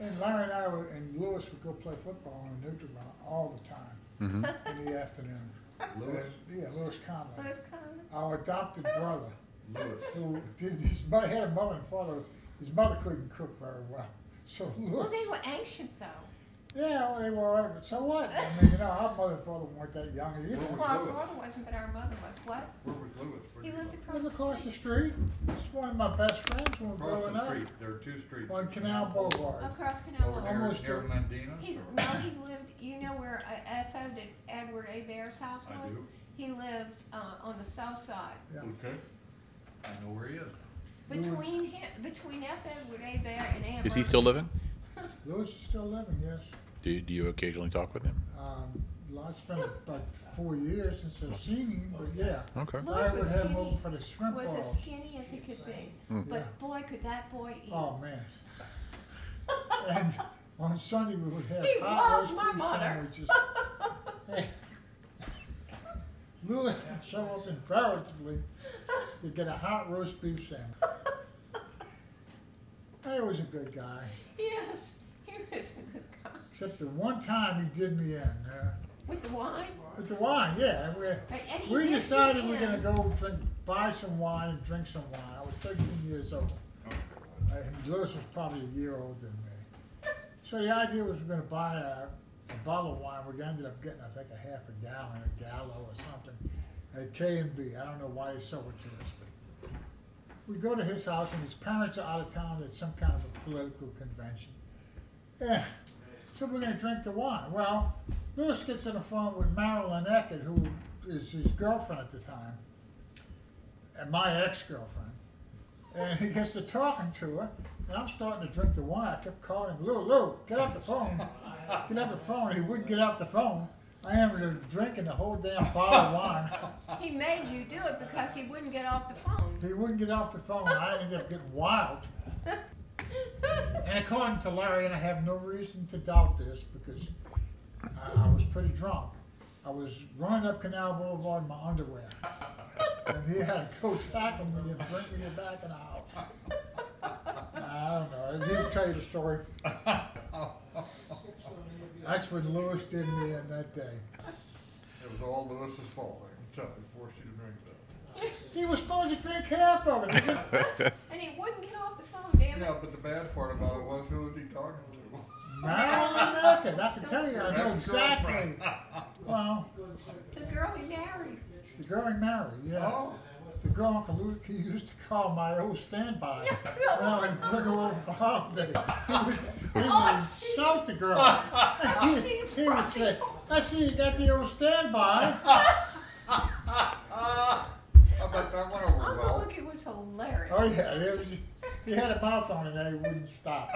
And Larry and I were, and Lewis would go play football on neutral ground all the time Mm-hmm. in the afternoon. Lewis, And, Yeah, Lewis Conley. Those kind Our adopted brother, Lewis. who did, his mother, had a mother and father, his mother couldn't cook very well. So of- Well, Lewis, they were ancient though. yeah, well, they were, all right, but so what? I mean, you know, our mother and father weren't that young either. Where was Well, our Lewis? father wasn't, but our mother was. What? Where was Lewis? Where He did lived Live across across the the street. street. It's one of my best friends when we were Across growing the up. street, there are two streets. On Canal Boulevard. Across Over Canal. there, Almost near to- Mendina's He, or- no, he lived, you know where uh, F.O. did Edward A. Bear's house I was? do. He lived, uh, on the south side. Yeah. Okay. I know where he is. You were- Between him, between F. Edward A. Bear and Ann. Is he Murphy. still living? Lewis is still living, yes. Do, do you occasionally talk with him? Um, well, it's been about four years since I've seen him, but yeah. Okay. Lewis I would was have him skinny. over for the shrimp Was as balls. skinny as he could be. Mm. Yeah. But boy, could that boy eat. Oh, man. And on Sunday, we would have He hot loved roast my beef mother. sandwiches. Hey. Lewis would show up invariably to get a hot roast beef sandwich. He was a good guy, Yes, he was a good guy. except the one time he did me in, uh, With the wine. With the wine, yeah. We, And he we did decided you we're gonna in. go drink, buy some wine and drink some wine. I was thirteen years old. And Lewis was probably a year older than me. So the idea was we're gonna buy a, a bottle of wine. We ended up getting, I think, a half a gallon, a gallo or something, at K and B. I don't know why they sold it to us, but we go to his house and his parents are out of town at some kind of a political convention. Yeah. Eh, So we're gonna drink the wine. Well, Lewis gets on the phone with Marilyn Eckert, who is his girlfriend at the time, and my ex-girlfriend. And he gets to talking to her, and I'm starting to drink the wine. I kept calling him, Lou, Lou, get off the phone. Get off the phone. He wouldn't get off the phone. I am drinking the whole damn bottle of wine. He made you do it because he wouldn't get off the phone. He wouldn't get off the phone. I ended up getting wild. And according to Larry, and I have no reason to doubt this because I, I was pretty drunk. I was running up Canal Boulevard in my underwear. And he had to go tackle me and bring me back in the house. I don't know. He'll tell you the story. That's what Lewis did me in that day. It was all Lewis's fault, I can tell, he forced you to drink that. He was supposed to drink half of it. And he wouldn't get off the phone, damn it. Yeah, but the bad part about it was, who was he talking to? Marilyn Eckert, I can tell you, I know That's girlfriend. exactly. Well, The girl he married. the girl he married, yeah. Oh, The girl Uncle Luke, he used to call my old standby when I would wiggle over for holiday. He would, he would Oh, she- insult the girl. He, he would say, I see you got the old standby. I bet that went over Uncle well. Luke it was hilarious. Oh, yeah, it was, he had a mouth on it and he wouldn't stop.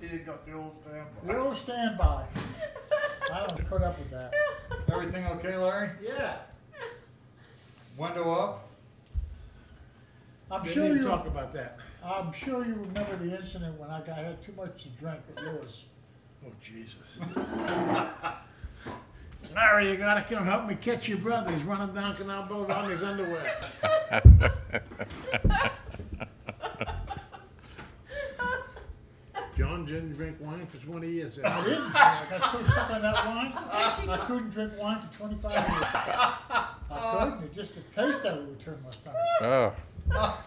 He got the old standby. The old standby. I don't put up with that. Everything okay, Larry? Yeah. Window up? I'm They sure didn't you, talk about that. I'm sure you remember the incident when I got, had too much to drink with Lewis. Oh, Jesus. Larry, you gotta come help me catch your brother. He's running down Canal Boulevard in his underwear. John didn't drink wine for twenty years. I didn't. I got so sick on that wine, I couldn't drink wine for twenty-five years. I couldn't, It just the taste of it would turn my stomach. Oh,